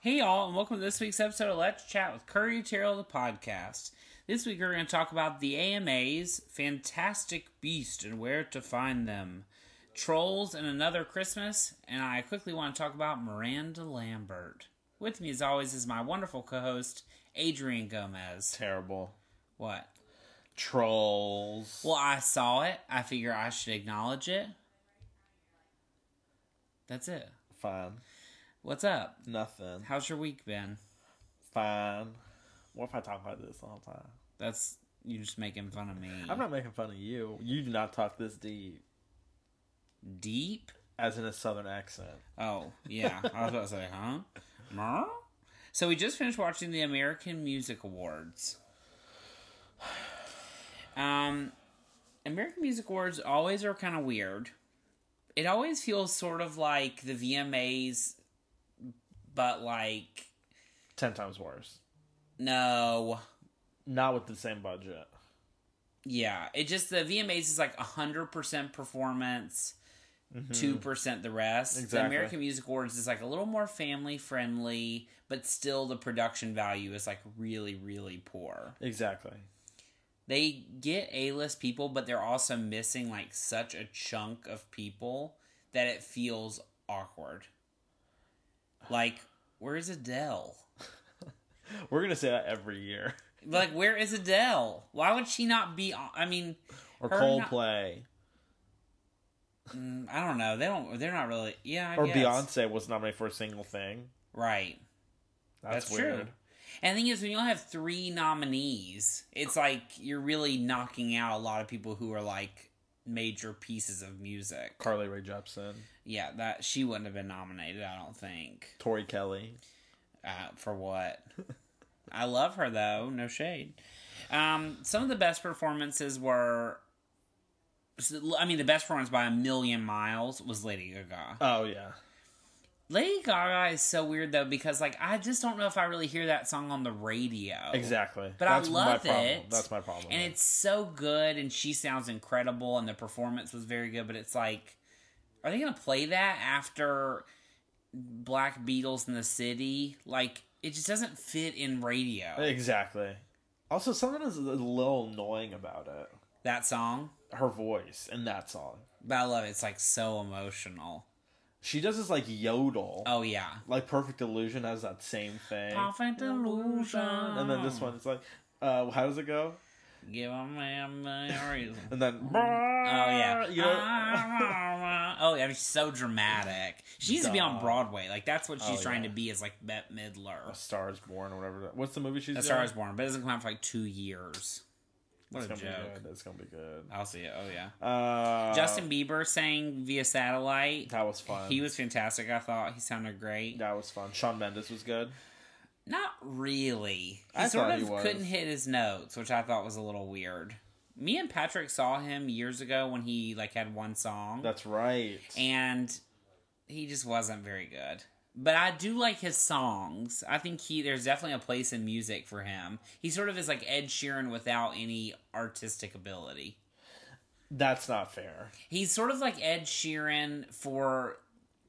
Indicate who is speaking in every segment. Speaker 1: Hey, all, and welcome to this week's episode of Let's Chat with Curry Terrell, the podcast. This week, we're going to talk about the AMAs, Fantastic Beast, and where to find them, Trolls, and Another Christmas, and I quickly want to talk about Miranda Lambert. With me, as always, is my wonderful co host, Adrian Gomez.
Speaker 2: Terrible.
Speaker 1: What?
Speaker 2: Trolls.
Speaker 1: Well, I saw it. I figure I should acknowledge it. That's it.
Speaker 2: Fine.
Speaker 1: What's up?
Speaker 2: Nothing.
Speaker 1: How's your week been?
Speaker 2: Fine. What if I talk about this the whole time?
Speaker 1: That's you just making fun of me.
Speaker 2: I'm not making fun of you. You do not talk this deep,
Speaker 1: deep.
Speaker 2: as in a southern accent.
Speaker 1: Oh yeah, I was about to say, huh? Mer? So we just finished watching the American Music Awards. Um, American Music Awards always are kind of weird. It always feels sort of like the VMAs, but like
Speaker 2: Ten times worse.
Speaker 1: no.
Speaker 2: Not with the same budget.
Speaker 1: Yeah, it just the VMAs is like hundred percent performance,
Speaker 2: Mm-hmm.
Speaker 1: 2 percent the rest. The
Speaker 2: Hmm. Exactly.
Speaker 1: American Music Awards is like a little more family friendly, but still the production value is like really, really poor.
Speaker 2: Exactly.
Speaker 1: They get A list people, but they're also missing like such a chunk of people that it feels awkward. Like, where is Adele?
Speaker 2: We're gonna say that every year.
Speaker 1: Like, where is Adele? Why would she not be? On? I mean,
Speaker 2: Or
Speaker 1: Her not- Uh,
Speaker 2: Coldplay.
Speaker 1: mm, I don't know. They don't. They're not really. Yeah, I
Speaker 2: or
Speaker 1: guess.
Speaker 2: Beyonce was nominated for a single thing.
Speaker 1: Right.
Speaker 2: That's,
Speaker 1: That's
Speaker 2: weird.
Speaker 1: true. And the thing is, when you only have three nominees, it's like you're really knocking out a lot of people who are like major pieces of music.
Speaker 2: Carly Rae Jepsen,
Speaker 1: Yeah, that she wouldn't have been nominated, I don't think.
Speaker 2: Tori Kelly.
Speaker 1: Uh, for what? I love her though. No shade. Um, some of the best performances were. I mean, the best performance by a million miles was Lady Gaga.
Speaker 2: Oh yeah.
Speaker 1: Lady Gaga is so weird though because like I just don't know if I really hear that song on the radio.
Speaker 2: Exactly.
Speaker 1: Oh. But I love
Speaker 2: my problem.
Speaker 1: it.
Speaker 2: That's my problem.
Speaker 1: And it's so good, and she sounds incredible, and the performance was very good. But it's like, are they going to play that after Black Beatles in the City? Like, it just doesn't fit in radio.
Speaker 2: Exactly. Also, something is a little annoying about it.
Speaker 1: That song,
Speaker 2: Her voice in that song.
Speaker 1: but I love it. It's like so emotional.
Speaker 2: She does this like yodel.
Speaker 1: Oh yeah,
Speaker 2: Like Perfect Illusion has that same thing.
Speaker 1: perfect illusion.
Speaker 2: And then this one, it's like, uh, how does it go?
Speaker 1: give 'em a man reason.
Speaker 2: And then. Oh,
Speaker 1: Oh yeah.
Speaker 2: You know?
Speaker 1: oh yeah, she's so dramatic. She needs to be on
Speaker 2: Duh.
Speaker 1: Broadway. Like that's what she's
Speaker 2: Oh,
Speaker 1: trying
Speaker 2: yeah.
Speaker 1: to be is like Bette Midler.
Speaker 2: A Star is Born or whatever. that- What's the movie she's
Speaker 1: A
Speaker 2: in?
Speaker 1: Star is Born, but it doesn't come out for like two years. What
Speaker 2: It's
Speaker 1: a
Speaker 2: gonna
Speaker 1: joke.
Speaker 2: be good. It's going to be good.
Speaker 1: I'll see it. Oh yeah.
Speaker 2: Uh,
Speaker 1: Justin Bieber sang via satellite.
Speaker 2: That was fun.
Speaker 1: He was fantastic. I thought he sounded great.
Speaker 2: That was fun. Sean Mendes was good.
Speaker 1: Not really. He
Speaker 2: I
Speaker 1: sort
Speaker 2: thought
Speaker 1: of
Speaker 2: he was.
Speaker 1: couldn't hit his notes, which I thought was a little weird. Me and Patrick saw him years ago when he like had one song.
Speaker 2: That's right.
Speaker 1: and he just wasn't very good. But I do like his songs. I think he there's definitely a place in music for him. He sort of is like Ed Sheeran without any artistic ability.
Speaker 2: That's not fair.
Speaker 1: He's sort of like Ed Sheeran for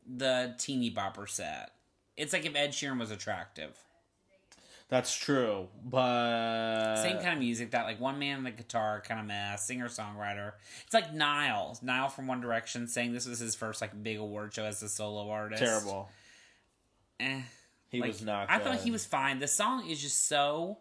Speaker 1: the teeny bopper set. It's like if Ed Sheeran was attractive.
Speaker 2: That's true. But.
Speaker 1: Same kind of music, that like one man and the guitar kind of mess, singer songwriter. It's like Niall. Niall from One Direction saying this was his first like big award show as a solo artist.
Speaker 2: Terrible.
Speaker 1: Eh.
Speaker 2: He
Speaker 1: Like,
Speaker 2: was not.
Speaker 1: I thought
Speaker 2: good.
Speaker 1: he was fine. The song is just so.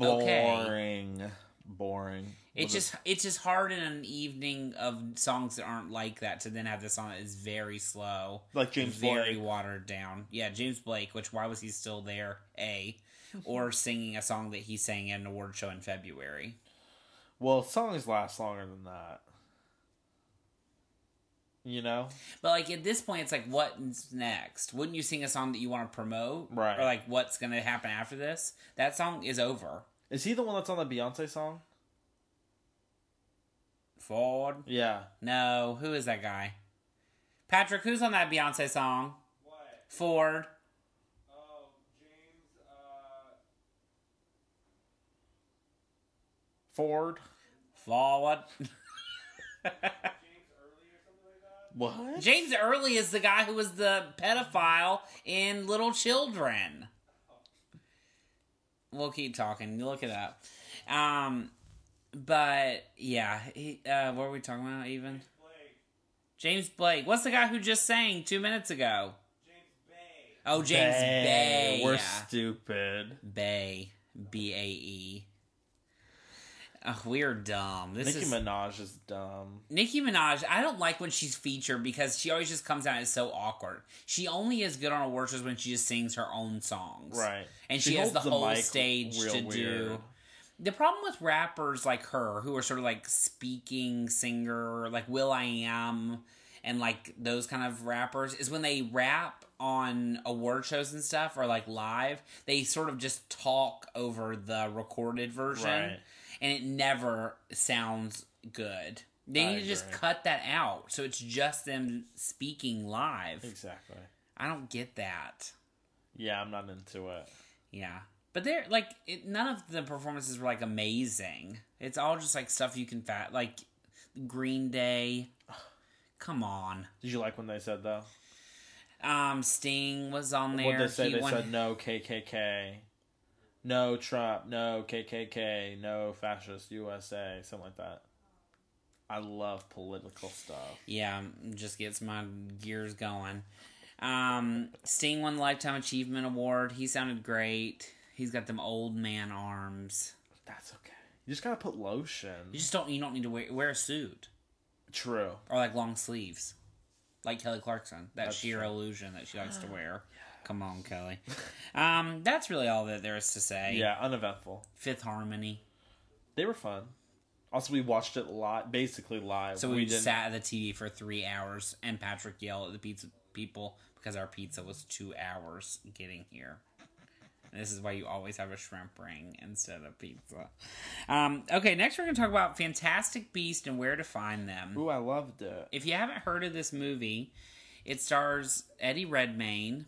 Speaker 1: okay.
Speaker 2: boring. Boring.
Speaker 1: It's just it's just hard in an evening of songs that aren't like that to then have this song that is very slow,
Speaker 2: like James
Speaker 1: very
Speaker 2: Blake.
Speaker 1: watered down. Yeah, James Blake. Which why was he still there? A, or singing a song that he sang at an award show in February.
Speaker 2: Well, songs last longer than that. You know,
Speaker 1: But like at this point, it's like what's next? Wouldn't you sing a song that you want to promote,
Speaker 2: Right.
Speaker 1: Or like what's going to happen after this? That song is over.
Speaker 2: is he the one that's on the Beyonce song?
Speaker 1: Forward.
Speaker 2: Yeah,
Speaker 1: No, who is that guy? Patrick, who's on that Beyonce song?
Speaker 3: What?
Speaker 1: Ford.
Speaker 3: Oh, James, uh,
Speaker 2: Ford.
Speaker 1: Forward.
Speaker 3: James Early or something like that?
Speaker 2: What?
Speaker 1: James Early is the guy who was the pedophile in Little Children. We'll keep talking. You Look it up. Um, but yeah, he, uh, what were we talking about even?
Speaker 3: Blake,
Speaker 1: James Blake. What's the guy who just sang two minutes ago?
Speaker 3: James Bay,
Speaker 1: Oh, James Bay.
Speaker 2: We're
Speaker 1: yeah.
Speaker 2: stupid.
Speaker 1: Bay. B A E. Ugh, we're dumb. This
Speaker 2: Nicki
Speaker 1: is
Speaker 2: Minaj is dumb.
Speaker 1: Nicki Minaj, I don't like when she's featured because she always just comes out as so awkward. She only is good on award shows when she just sings her own songs.
Speaker 2: Right.
Speaker 1: And she, has the,
Speaker 2: holds
Speaker 1: whole
Speaker 2: mic
Speaker 1: stage
Speaker 2: real
Speaker 1: to do.
Speaker 2: weird.
Speaker 1: The problem with rappers like her, who are sort of like speaking singer, like Will I Am, and like those kind of rappers, is when they rap on award shows and stuff or like live, they sort of just talk over the recorded version
Speaker 2: Right.
Speaker 1: and it never sounds good. They
Speaker 2: I
Speaker 1: need to just
Speaker 2: agree.
Speaker 1: cut that out so it's just them speaking live.
Speaker 2: Exactly.
Speaker 1: I don't get that.
Speaker 2: Yeah, I'm not into it.
Speaker 1: Yeah. But they're like it, none of the performances were like amazing. It's all just like stuff you can fat like Green Day. Come on.
Speaker 2: Did you like when they said though?
Speaker 1: Um Sting was on there.
Speaker 2: What they say?
Speaker 1: He
Speaker 2: They
Speaker 1: won-
Speaker 2: said no KKK, no Trump, no KKK, no fascist USA, something like that. I love political stuff.
Speaker 1: Yeah, um, just gets my gears going. Um, Sting won the Lifetime Achievement Award. He sounded great. He's got them old man arms.
Speaker 2: That's okay. You just gotta put lotion.
Speaker 1: You just don't. You don't need to wear, wear a suit
Speaker 2: True.
Speaker 1: or like long sleeves, like Kelly Clarkson. That
Speaker 2: That's
Speaker 1: sheer
Speaker 2: true.
Speaker 1: illusion that she likes to wear. Come on, Kelly. Um, that's really all that there is to say.
Speaker 2: Yeah, uneventful.
Speaker 1: Fifth Harmony.
Speaker 2: They were fun. Also, we watched it live, basically live.
Speaker 1: So we, sat at the TV for three hours, and Patrick yelled at the pizza people because our pizza was two hours getting here. And this is why you always have a shrimp ring instead of pizza. Um, okay, next we're going to talk about Fantastic Beast and where to find them.
Speaker 2: Ooh, I loved it.
Speaker 1: If you haven't heard of this movie, it stars Eddie Redmayne,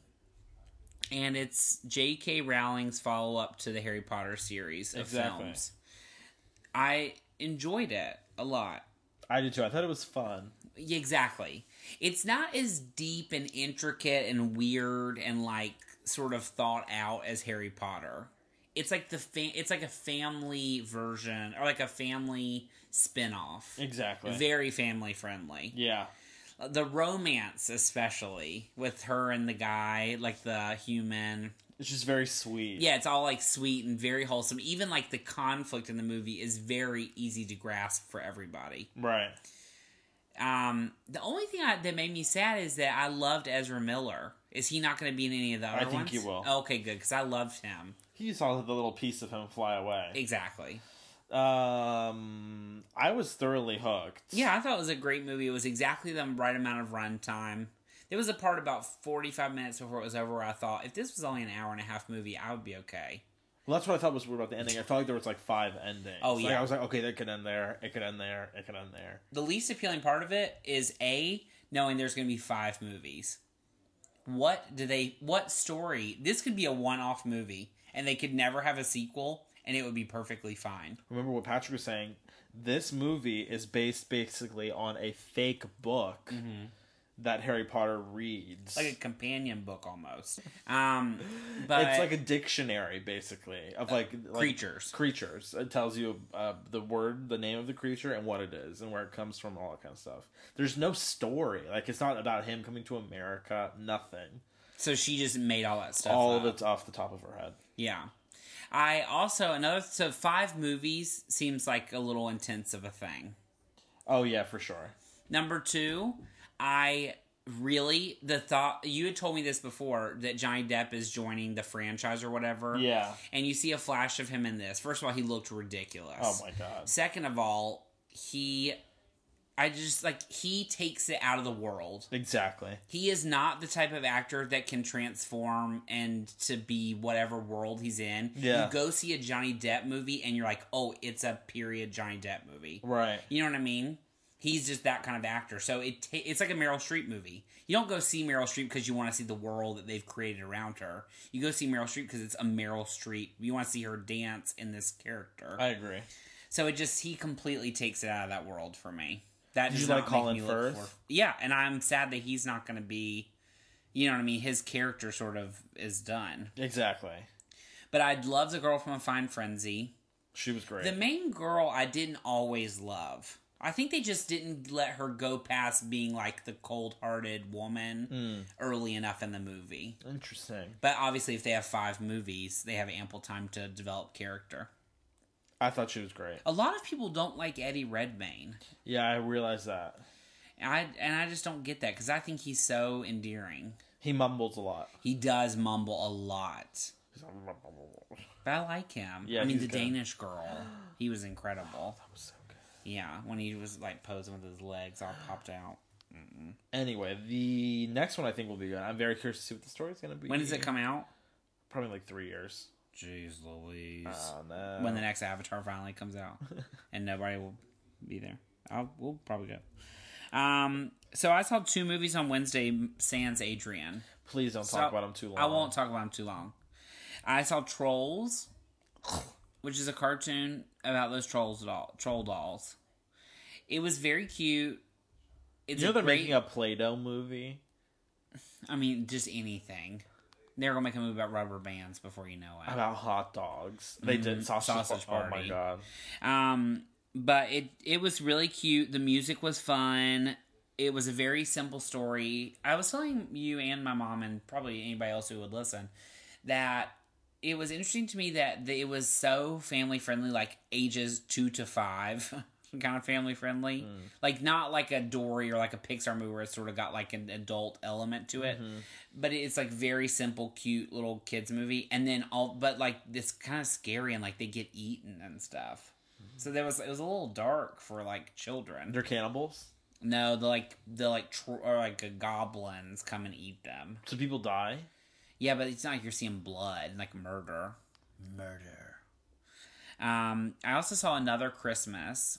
Speaker 1: and it's J.K. Rowling's follow up to the Harry Potter series of
Speaker 2: Exactly.
Speaker 1: films. I enjoyed it a lot.
Speaker 2: I did too. I thought it was fun.
Speaker 1: Yeah, Exactly. It's not as deep and intricate and weird and like sort of thought out as Harry Potter. It's like the fa- it's like a family version or like a family spin-off.
Speaker 2: Exactly.
Speaker 1: Very family friendly.
Speaker 2: yeah.
Speaker 1: The romance especially with her and the guy, like the human.
Speaker 2: It's just very sweet.
Speaker 1: Yeah, it's all like sweet and very wholesome. Even like the conflict in the movie is very easy to grasp for everybody.
Speaker 2: Right.
Speaker 1: Um, the only thing I, that made me sad is that I loved Ezra Miller. Is he not going to be in any of the other
Speaker 2: think
Speaker 1: ones?
Speaker 2: he will.
Speaker 1: Okay, good because I loved him.
Speaker 2: You saw the little piece of him fly away.
Speaker 1: Exactly.
Speaker 2: Um, I was thoroughly hooked.
Speaker 1: Yeah, I thought it was a great movie. It was exactly the right amount of runtime. There was a part about forty-five minutes before it was over where I thought, if this was only an hour and a half movie, I would be okay.
Speaker 2: Well, that's what I thought was weird about the ending. I felt like there was like five endings.
Speaker 1: Oh,
Speaker 2: Like,
Speaker 1: yeah.
Speaker 2: I was like, okay, that could end there. It could end there. It could end there.
Speaker 1: The least appealing part of it is a knowing there's going to be five movies. What do they? What story? This could be a one-off movie, and they could never have a sequel, and it would be perfectly fine.
Speaker 2: Remember what Patrick was saying? This movie is based basically on a fake book that Harry Potter reads.
Speaker 1: Mm-hmm. like a companion book almost. Um, but
Speaker 2: it's like a dictionary, basically, of like, like
Speaker 1: Uh, creatures.
Speaker 2: Creatures. It tells you uh, the word, the name of the creature, and what it is, and where it comes from, all that kind of stuff. There's no story. Like it's not about him coming to America. Nothing.
Speaker 1: so she just made all that stuff.
Speaker 2: all
Speaker 1: up.
Speaker 2: of it's off the top of her head.
Speaker 1: Yeah. I also another so five movies seems like a little intense of a thing.
Speaker 2: Oh yeah, for sure.
Speaker 1: Number two, I really the thought you had told me this before that Johnny Depp is joining the franchise or whatever.
Speaker 2: Yeah.
Speaker 1: And you see a flash of him in this. First of all, he looked ridiculous.
Speaker 2: Oh my god.
Speaker 1: Second of all, he I just like he takes it out of the world.
Speaker 2: Exactly.
Speaker 1: he is not the type of actor that can transform and to be whatever world he's in.
Speaker 2: Yeah.
Speaker 1: You go see a Johnny Depp movie and you're like, oh, it's a period Johnny Depp movie.
Speaker 2: Right.
Speaker 1: You know what I mean? He's just that kind of actor. So it ta- it's like a Meryl Streep movie. You don't go see Meryl Streep because you want to see the world that they've created around her. You go see Meryl Streep because it's a Meryl Streep. You want to see her dance in this character.
Speaker 2: I agree.
Speaker 1: so it just, he completely takes it out of that world for me. That
Speaker 2: Did
Speaker 1: does
Speaker 2: you
Speaker 1: not
Speaker 2: like
Speaker 1: make
Speaker 2: Colin
Speaker 1: me look
Speaker 2: Firth?
Speaker 1: for- Yeah, and I'm sad that he's not going to be. You know what I mean? His character sort of is done.
Speaker 2: Exactly.
Speaker 1: But I love the girl from A Fine Frenzy.
Speaker 2: She was great.
Speaker 1: The main girl I didn't always love. I think they just didn't let her go past being like the cold hearted woman
Speaker 2: Hmm.
Speaker 1: early enough in the movie.
Speaker 2: Interesting.
Speaker 1: But obviously, if they have five movies, they have ample time to develop character.
Speaker 2: I thought she was great.
Speaker 1: A lot of people don't like Eddie Redmayne.
Speaker 2: Yeah, I realized that.
Speaker 1: And I, and I just don't get that because I think he's so endearing.
Speaker 2: He mumbles a lot.
Speaker 1: He does mumble a lot, but I like him.
Speaker 2: Yeah,
Speaker 1: I mean,
Speaker 2: he's
Speaker 1: the
Speaker 2: good.
Speaker 1: Danish girl, he was incredible.
Speaker 2: So good.
Speaker 1: Yeah, when he was like posing with his legs all popped out.
Speaker 2: Anyway, the next one I think will be good. I'm very curious to see what the story's going to be.
Speaker 1: When does it come out?
Speaker 2: Probably like three years.
Speaker 1: Jeez Louise.
Speaker 2: Oh, no.
Speaker 1: when the next Avatar finally comes out, and nobody will be there. I'll, we'll probably go. Um, so I saw two movies on Wednesday. Sans Adrian.
Speaker 2: Please don't
Speaker 1: So
Speaker 2: talk about him too long.
Speaker 1: I won't talk about them too long. I saw Trolls, which is a cartoon about those trolls doll, troll dolls. It was very cute. It's
Speaker 2: You know
Speaker 1: a
Speaker 2: they're
Speaker 1: great-
Speaker 2: making a Play-Doh movie.
Speaker 1: I mean, just anything. They're gonna make a movie about rubber bands before you know it.
Speaker 2: about hot dogs. They did sausage,
Speaker 1: Mm-hmm. Sausage
Speaker 2: par- Oh
Speaker 1: Party.
Speaker 2: my god!
Speaker 1: Um, but it it was really cute. The music was fun. It was a very simple story. I was telling you and my mom and probably anybody else who would listen that it was interesting to me that th- it was so family friendly, like ages two to five, kind of family friendly. Like not like a Dory or like a Pixar movie where it's sort of got like an adult element to it, but it's like very simple, cute little kids movie. And then all, but like it's kind of scary and like they get eaten and stuff. So there was it was a little dark for like children.
Speaker 2: They're cannibals,
Speaker 1: No, the like the like tr- or like uh, goblins come and eat them.
Speaker 2: so people die.
Speaker 1: Yeah, but it's not like you're seeing blood, like murder. Murder. Um, I also saw another Christmas.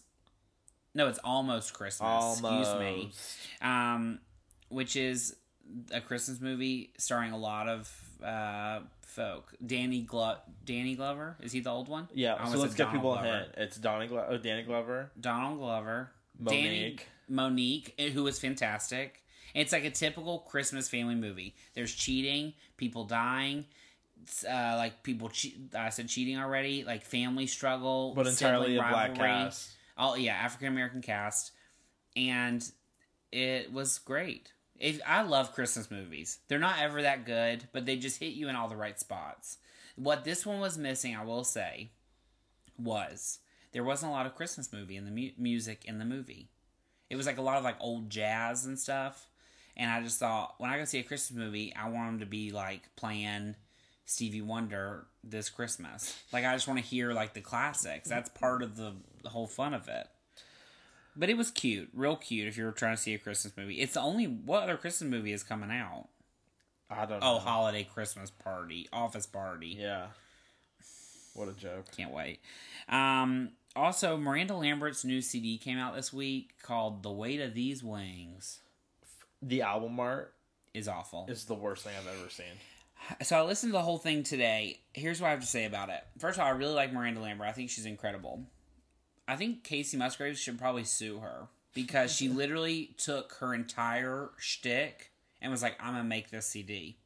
Speaker 1: No, it's almost Christmas. Excuse me.
Speaker 2: Almost.
Speaker 1: Um, which is a Christmas movie starring a lot of uh folk. Danny Glo- Danny Glover is he the old one? I
Speaker 2: Yeah,
Speaker 1: almost
Speaker 2: so let's
Speaker 1: said
Speaker 2: give
Speaker 1: Donald
Speaker 2: people a
Speaker 1: Glover.
Speaker 2: hint. It's Donnie Glo- oh, Danny Glover.
Speaker 1: Donald Glover, Danny,
Speaker 2: Monique.
Speaker 1: Monique, eh, who was fantastic. It's like a typical Christmas family movie. There's cheating, people dying, it's, uh, like people. Che- I said cheating already. Like family struggle,
Speaker 2: But entirely
Speaker 1: sibling
Speaker 2: a black
Speaker 1: rivalry.
Speaker 2: cast.
Speaker 1: Oh yeah, African American cast, and it was great. If I love Christmas movies. They're not ever that good, but they just hit you in all the right spots. What this one was missing, I will say, was there wasn't a lot of Christmas movie in the mu- music in the movie. It was like a lot of like old jazz and stuff. And I just thought when I go see a Christmas movie, I want them to be like playing Stevie Wonder this Christmas. Like I just want to hear like the classics. That's part of the, the whole fun of it. But it was cute, real cute. If you're trying to see a Christmas movie, it's the only what other Christmas movie is coming out?
Speaker 2: I don't know.
Speaker 1: Oh, holiday Christmas party, office party.
Speaker 2: Uh-huh. yeah. What a joke.
Speaker 1: Can't wait. Um, also, Miranda Lambert's new CD came out this week called "The Weight of These Wings."
Speaker 2: The album art
Speaker 1: Is awful.
Speaker 2: is the worst thing I've ever seen.
Speaker 1: So I listened to the whole thing today. Here's what I have to say about it. First of all, I really like Miranda Lambert. I think she's incredible. I think Casey Musgraves should probably sue her because she literally took her entire shtick and was like, "I'm gonna make this CD."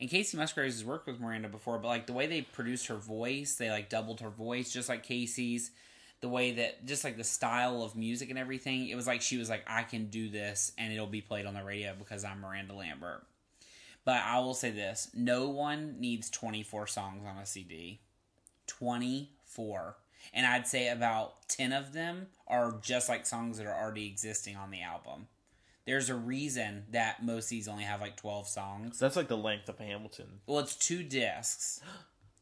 Speaker 1: And Casey Musgraves has worked with Miranda before, but like the way they produced her voice, they like doubled her voice, just like Casey's. The way that, just like the style of music and everything, it was like she was like, "I can do this, and it'll be played on the radio because I'm Miranda Lambert." But I will say this no one needs 24 songs on a CD. 24. And I'd say about 10 of them are just like songs that are already existing on the album. There's a reason that most of these only have like 12 songs.
Speaker 2: That's like the length of Hamilton.
Speaker 1: Well, it's two discs.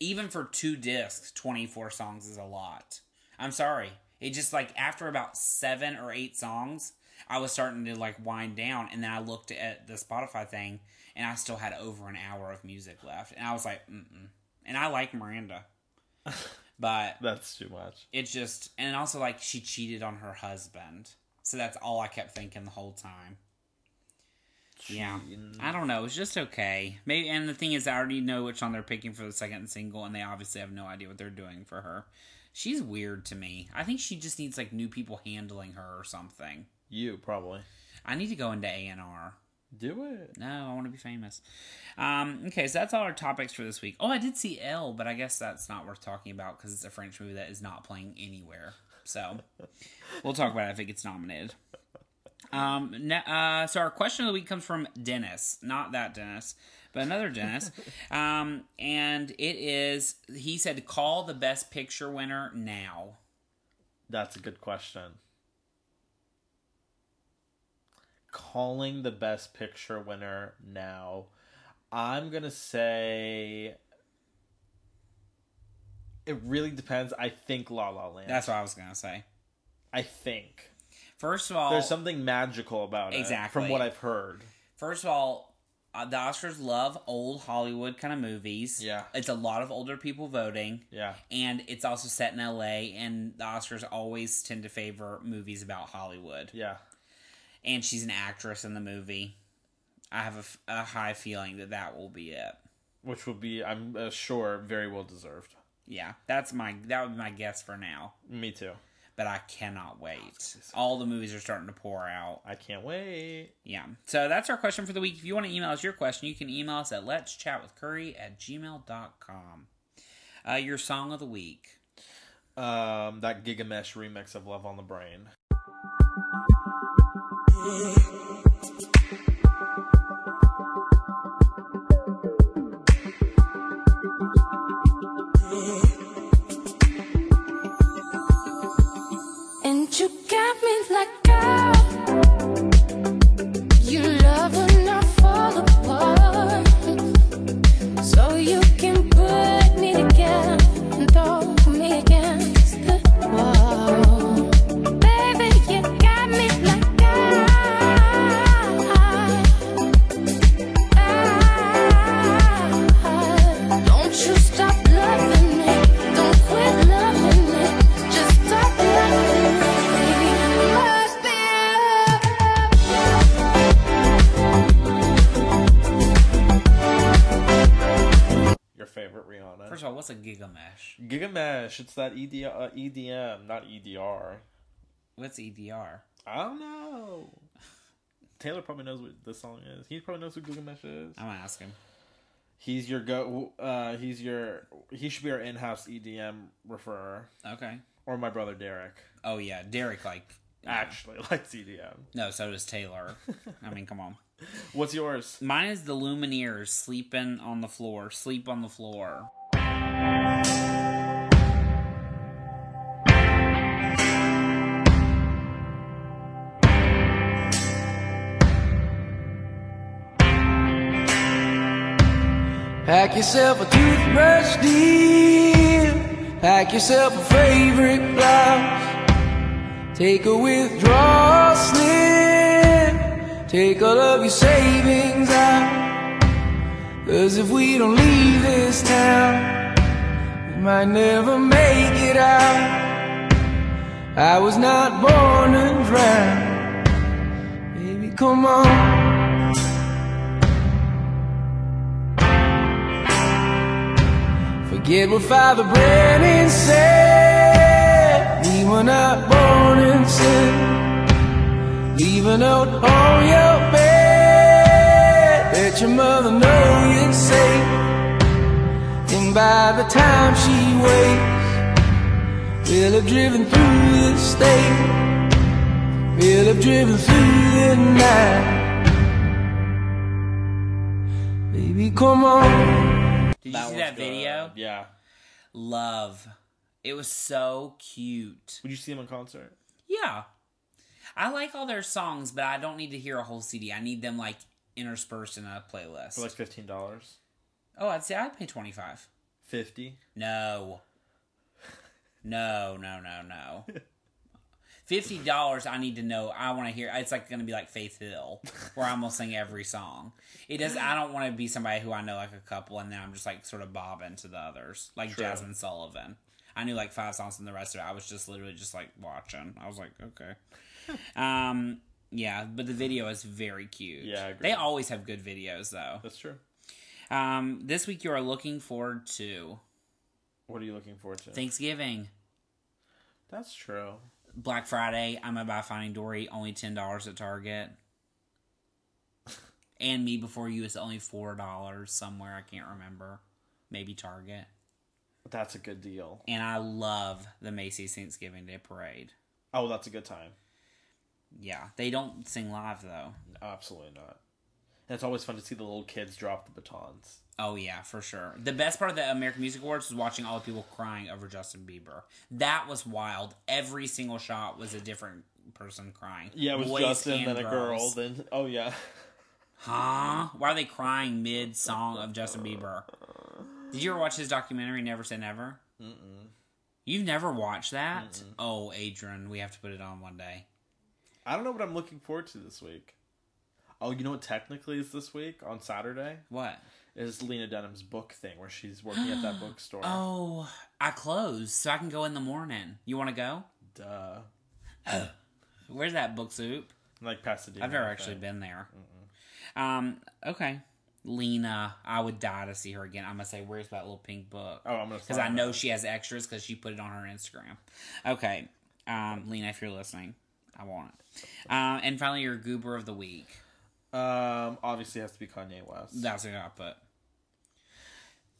Speaker 1: Even for two discs, 24 songs is a lot. I'm sorry. It just like after about seven or eight songs, I was starting to like wind down. And then I looked at the Spotify thing and I still had over an hour of music left. And I was like, mm mm. And I like Miranda. But
Speaker 2: That's too much.
Speaker 1: it's just, and also like she cheated on her husband. So that's all I kept thinking the whole time. Yeah.
Speaker 2: Cheating.
Speaker 1: I don't know. It's just okay. Maybe. And the thing is, I already know which song they're picking for the second single, and they obviously have no idea what they're doing for her. She's weird to me. I think she just needs like new people handling her or something.
Speaker 2: You probably
Speaker 1: I need to go into ANR.
Speaker 2: do it.
Speaker 1: No, I want to be famous. Um, okay, so that's all our topics for this week. Oh, I did see L, but I guess that's not worth talking about because it's a French movie that is not playing anywhere. So we'll talk about it if it gets nominated. Um, ne- uh, so our question of the week comes from Dennis, not that Dennis, but another Dennis. um, and it is he said, call the best picture winner now.
Speaker 2: That's a good question. Calling the best picture winner now. I'm going to say it really depends. I think La La Land.
Speaker 1: That's what I was gonna say.
Speaker 2: I think.
Speaker 1: First of all,
Speaker 2: There's something magical about it.
Speaker 1: Oh. Exactly.
Speaker 2: From what I've heard.
Speaker 1: First of all, uh, the Oscars love old Hollywood kind of movies.
Speaker 2: Yeah.
Speaker 1: It's a lot of older people voting,
Speaker 2: Yeah.
Speaker 1: and it's also set in LA, and the Oscars always tend to favor movies about Hollywood.
Speaker 2: Yeah.
Speaker 1: And she's an actress in the movie. I have a f- a, high feeling that that will be it.
Speaker 2: Which will be, I'm uh, sure, very well deserved.
Speaker 1: Yeah, that's my that would be my guess for now.
Speaker 2: Me too.
Speaker 1: But I cannot wait. All the movies are starting to pour out.
Speaker 2: I can't wait.
Speaker 1: Yeah. So that's our question for the week. If you want to email us your question, you can email us at let's chat with curry at gmail.com. Uh, your song of the week.
Speaker 2: Um, that Gigamesh remix of Love on the Brain.
Speaker 4: And you got me like I You love when I fall apart So you can put me together And throw me against the wall Baby, you got me like I don't you stop loving me. Don't quit loving me. Just stop loving me. Must be
Speaker 2: Your favorite Rihanna.
Speaker 1: First of all, what's a gigamesh?
Speaker 2: Gigamesh, it's that ED, uh, EDM, not EDR.
Speaker 1: What's E EDR?
Speaker 2: I don't know. Taylor probably knows what this song is. He probably knows who Gigamesh is.
Speaker 1: I'm going to ask him.
Speaker 2: He's your go. Uh, he's your. He should be our in-house EDM referrer,
Speaker 1: Okay.
Speaker 2: or my brother Derek
Speaker 1: Oh, yeah. Derek, like.
Speaker 2: actually likes E EDM.
Speaker 1: No, so does Taylor. I mean, come on.
Speaker 2: What's yours?
Speaker 1: Mine is the Lumineers sleeping on the floor. Sleep on the floor.
Speaker 5: Pack yourself a toothbrush, dear. Pack yourself a favorite blouse. Take a withdrawal slip. Take all of your savings out. Cause if we don't leave this town, we might never make it out. I was not born to drown. Baby, come on. Forget what Father Brennan said. We were not born in sin. Leave a note on your bed. Let your mother know you're safe. And by the time she wakes, we'll have driven through the state. We'll have driven through the night. Baby, come on.
Speaker 1: Did you see that video?
Speaker 2: Yeah.
Speaker 1: Love. It was so cute.
Speaker 2: Would you see him in concert?
Speaker 1: Yeah. I like all their songs, but I don't need to hear a whole CD. I need them like interspersed in a playlist.
Speaker 2: For like fifteen dollars,
Speaker 1: oh, I'd say I'd pay 25.
Speaker 2: fifty.
Speaker 1: No. No, no, no, no. $50 I need to know. I want to hear it's like going to be like Faith Hill where I'm going to sing every song. It does I don't want to be somebody who I know like a couple and then I'm just like sort of bobbing to the others. Like
Speaker 2: True.
Speaker 1: Jasmine Sullivan. I knew like five songs and the rest of it I was just literally just like watching. I was like, okay. um yeah, but the video is very cute.
Speaker 2: Yeah, I agree.
Speaker 1: They always have good videos though.
Speaker 2: That's true.
Speaker 1: Um this week you are looking forward to
Speaker 2: What are you looking forward to?
Speaker 1: Thanksgiving.
Speaker 2: That's true.
Speaker 1: Black Friday, I'm gonna buy Finding Dory only ten dollars at Target. And Me Before You is only four dollars somewhere, I can't remember. Maybe Target.
Speaker 2: That's a good deal.
Speaker 1: And I love the Macy's Thanksgiving Day parade.
Speaker 2: Oh, that's a good time.
Speaker 1: Yeah. They don't sing live though.
Speaker 2: Absolutely not. And it's always fun to see the little kids drop the batons.
Speaker 1: Oh yeah, for sure. The best part of the American Music Awards was watching all the people crying over Justin Bieber. That was wild. Every single shot was a different person crying.
Speaker 2: Yeah, it was
Speaker 1: Boys
Speaker 2: Justin,
Speaker 1: and
Speaker 2: then a girl,
Speaker 1: girls.
Speaker 2: then oh yeah,
Speaker 1: Huh? Why are they crying mid song of Justin Bieber? Did you ever watch his documentary Never Say Never? Mm-mm. You've never watched that? Oh, Adrian, we have to put it on one day.
Speaker 2: I don't know what I'm looking forward to this week. Oh, you know what technically is this week on Saturday
Speaker 1: What?
Speaker 2: is Lena Dunham's book thing where she's working at that bookstore.
Speaker 1: Oh, I close so I can go in the morning. You want to go?
Speaker 2: Duh.
Speaker 1: Where's that book soup?
Speaker 2: Like Pasadena.
Speaker 1: I've never
Speaker 2: I
Speaker 1: actually
Speaker 2: think.
Speaker 1: been there. Um, okay. Lena, I would die to see her again. I'm gonna say, where's that little pink book?
Speaker 2: Oh, I'm gonna
Speaker 1: because I
Speaker 2: find
Speaker 1: know
Speaker 2: it.
Speaker 1: she has extras because she put it on her Instagram. Okay, um, Lena, if you're listening, I want it. Um, and finally, your goober of the week.
Speaker 2: Um, obviously it has to be Kanye West.
Speaker 1: That's what I put.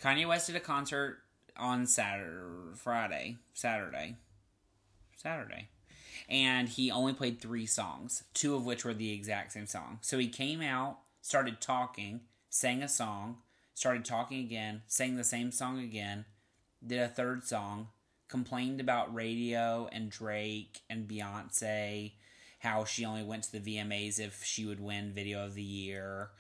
Speaker 1: Kanye West did a concert on Saturday, Friday, Saturday, Saturday, and he only played three songs, two of which were the exact same song. So he came out, started talking, sang a song, started talking again, sang the same song again, did a third song, complained about radio and Drake and Beyonce, how she only went to the VMAs if she would win Video of the Year,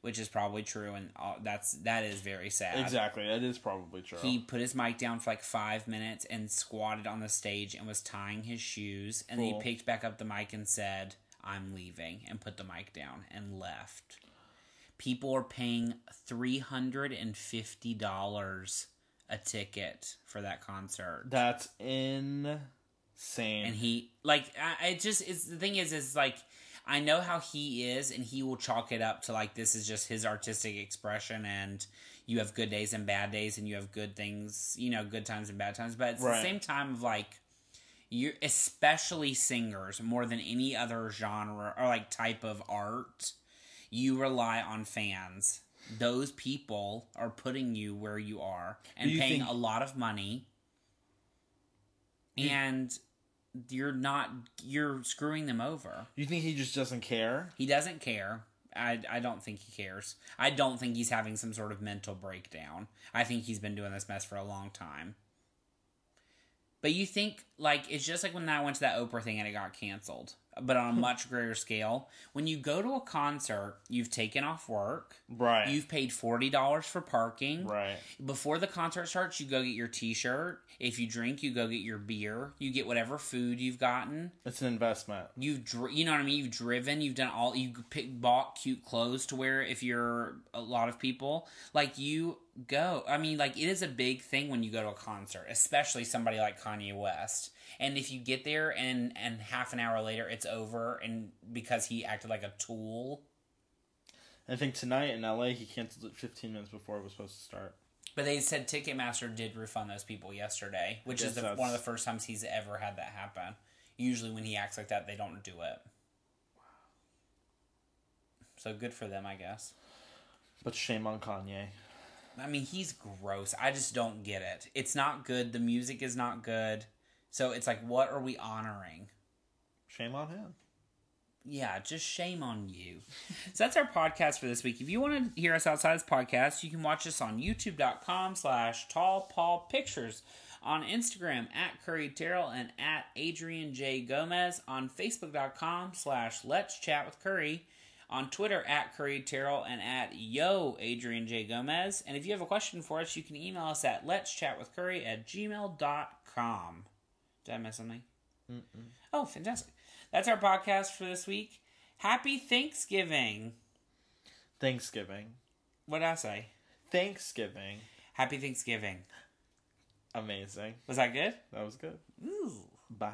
Speaker 1: which is probably true, and all, that's that is very sad.
Speaker 2: Exactly. That is probably true.
Speaker 1: He put his mic down for like five minutes and squatted on the stage and was tying his shoes, and then
Speaker 2: Cool.
Speaker 1: he picked back up the mic and said, "I'm leaving," and put the mic down and left. People are paying three hundred and fifty dollars a ticket for that concert.
Speaker 2: That's insane.
Speaker 1: and he like I, it just it's the thing is is like i know how he is and he will chalk it up to like this is just his artistic expression and you have good days and bad days and you have good things you know good times and bad times but it's the
Speaker 2: Right.
Speaker 1: same time of like you especially singers more than any other genre or like type of art you rely on fans those people are putting you where you are and
Speaker 2: you
Speaker 1: paying
Speaker 2: think-
Speaker 1: a lot of money and you're not you're screwing them over
Speaker 2: you think he just doesn't care?
Speaker 1: he doesn't care I, I don't think he cares i don't think he's having some sort of mental breakdown i think he's been doing this mess for a long time but you think like it's just like when i went to that oprah thing and it got canceled but
Speaker 2: Hmm.
Speaker 1: on a much greater scale when you go to a concert you've taken off work
Speaker 2: Right.
Speaker 1: you've paid $40 for parking
Speaker 2: right.
Speaker 1: before the concert starts, you go get your T-shirt. If you drink, you go get your beer. You get whatever food you've gotten.
Speaker 2: It's an investment.
Speaker 1: You've, dri- you know what I mean. You've driven. You've done all. You pick, bought cute clothes to wear. If you're a lot of people, like you go. I mean, like it is a big thing when you go to a concert, especially somebody like Kanye West. And if you get there and and half an hour later it's over, and because he acted like a tool.
Speaker 2: I think tonight in LA he canceled it 15 minutes before it was supposed to start.
Speaker 1: But they said Ticketmaster did refund those people yesterday, which is
Speaker 2: guess
Speaker 1: the,
Speaker 2: that's-
Speaker 1: one of the first times he's ever had that happen. Usually, when he acts like that, they don't do it. So good for them, I guess.
Speaker 2: But shame on Kanye.
Speaker 1: I mean, he's gross. I just don't get it. It's not good. The music is not good. So it's like, what are we honoring?
Speaker 2: Shame on him.
Speaker 1: yeah, just shame on you. so that's our podcast for this week. If you want to hear us outside this podcast, you can watch us on youtube.com slash tall paul pictures, on Instagram at Curry Terrell and at Adrian J. Gomez, on Facebook.com slash let's chat with Curry, on Twitter at Curry Terrell and at yo Adrian J. Gomez. And if you have a question for us, you can email us at let's chat with Curry at gmail.com. Did I miss something? Oh, fantastic. That's our podcast for this week. Happy Thanksgiving.
Speaker 2: Thanksgiving.
Speaker 1: What did I say?
Speaker 2: Thanksgiving.
Speaker 1: Happy Thanksgiving.
Speaker 2: Amazing.
Speaker 1: Was that good?
Speaker 2: That was good.
Speaker 1: Ooh.
Speaker 2: Bye.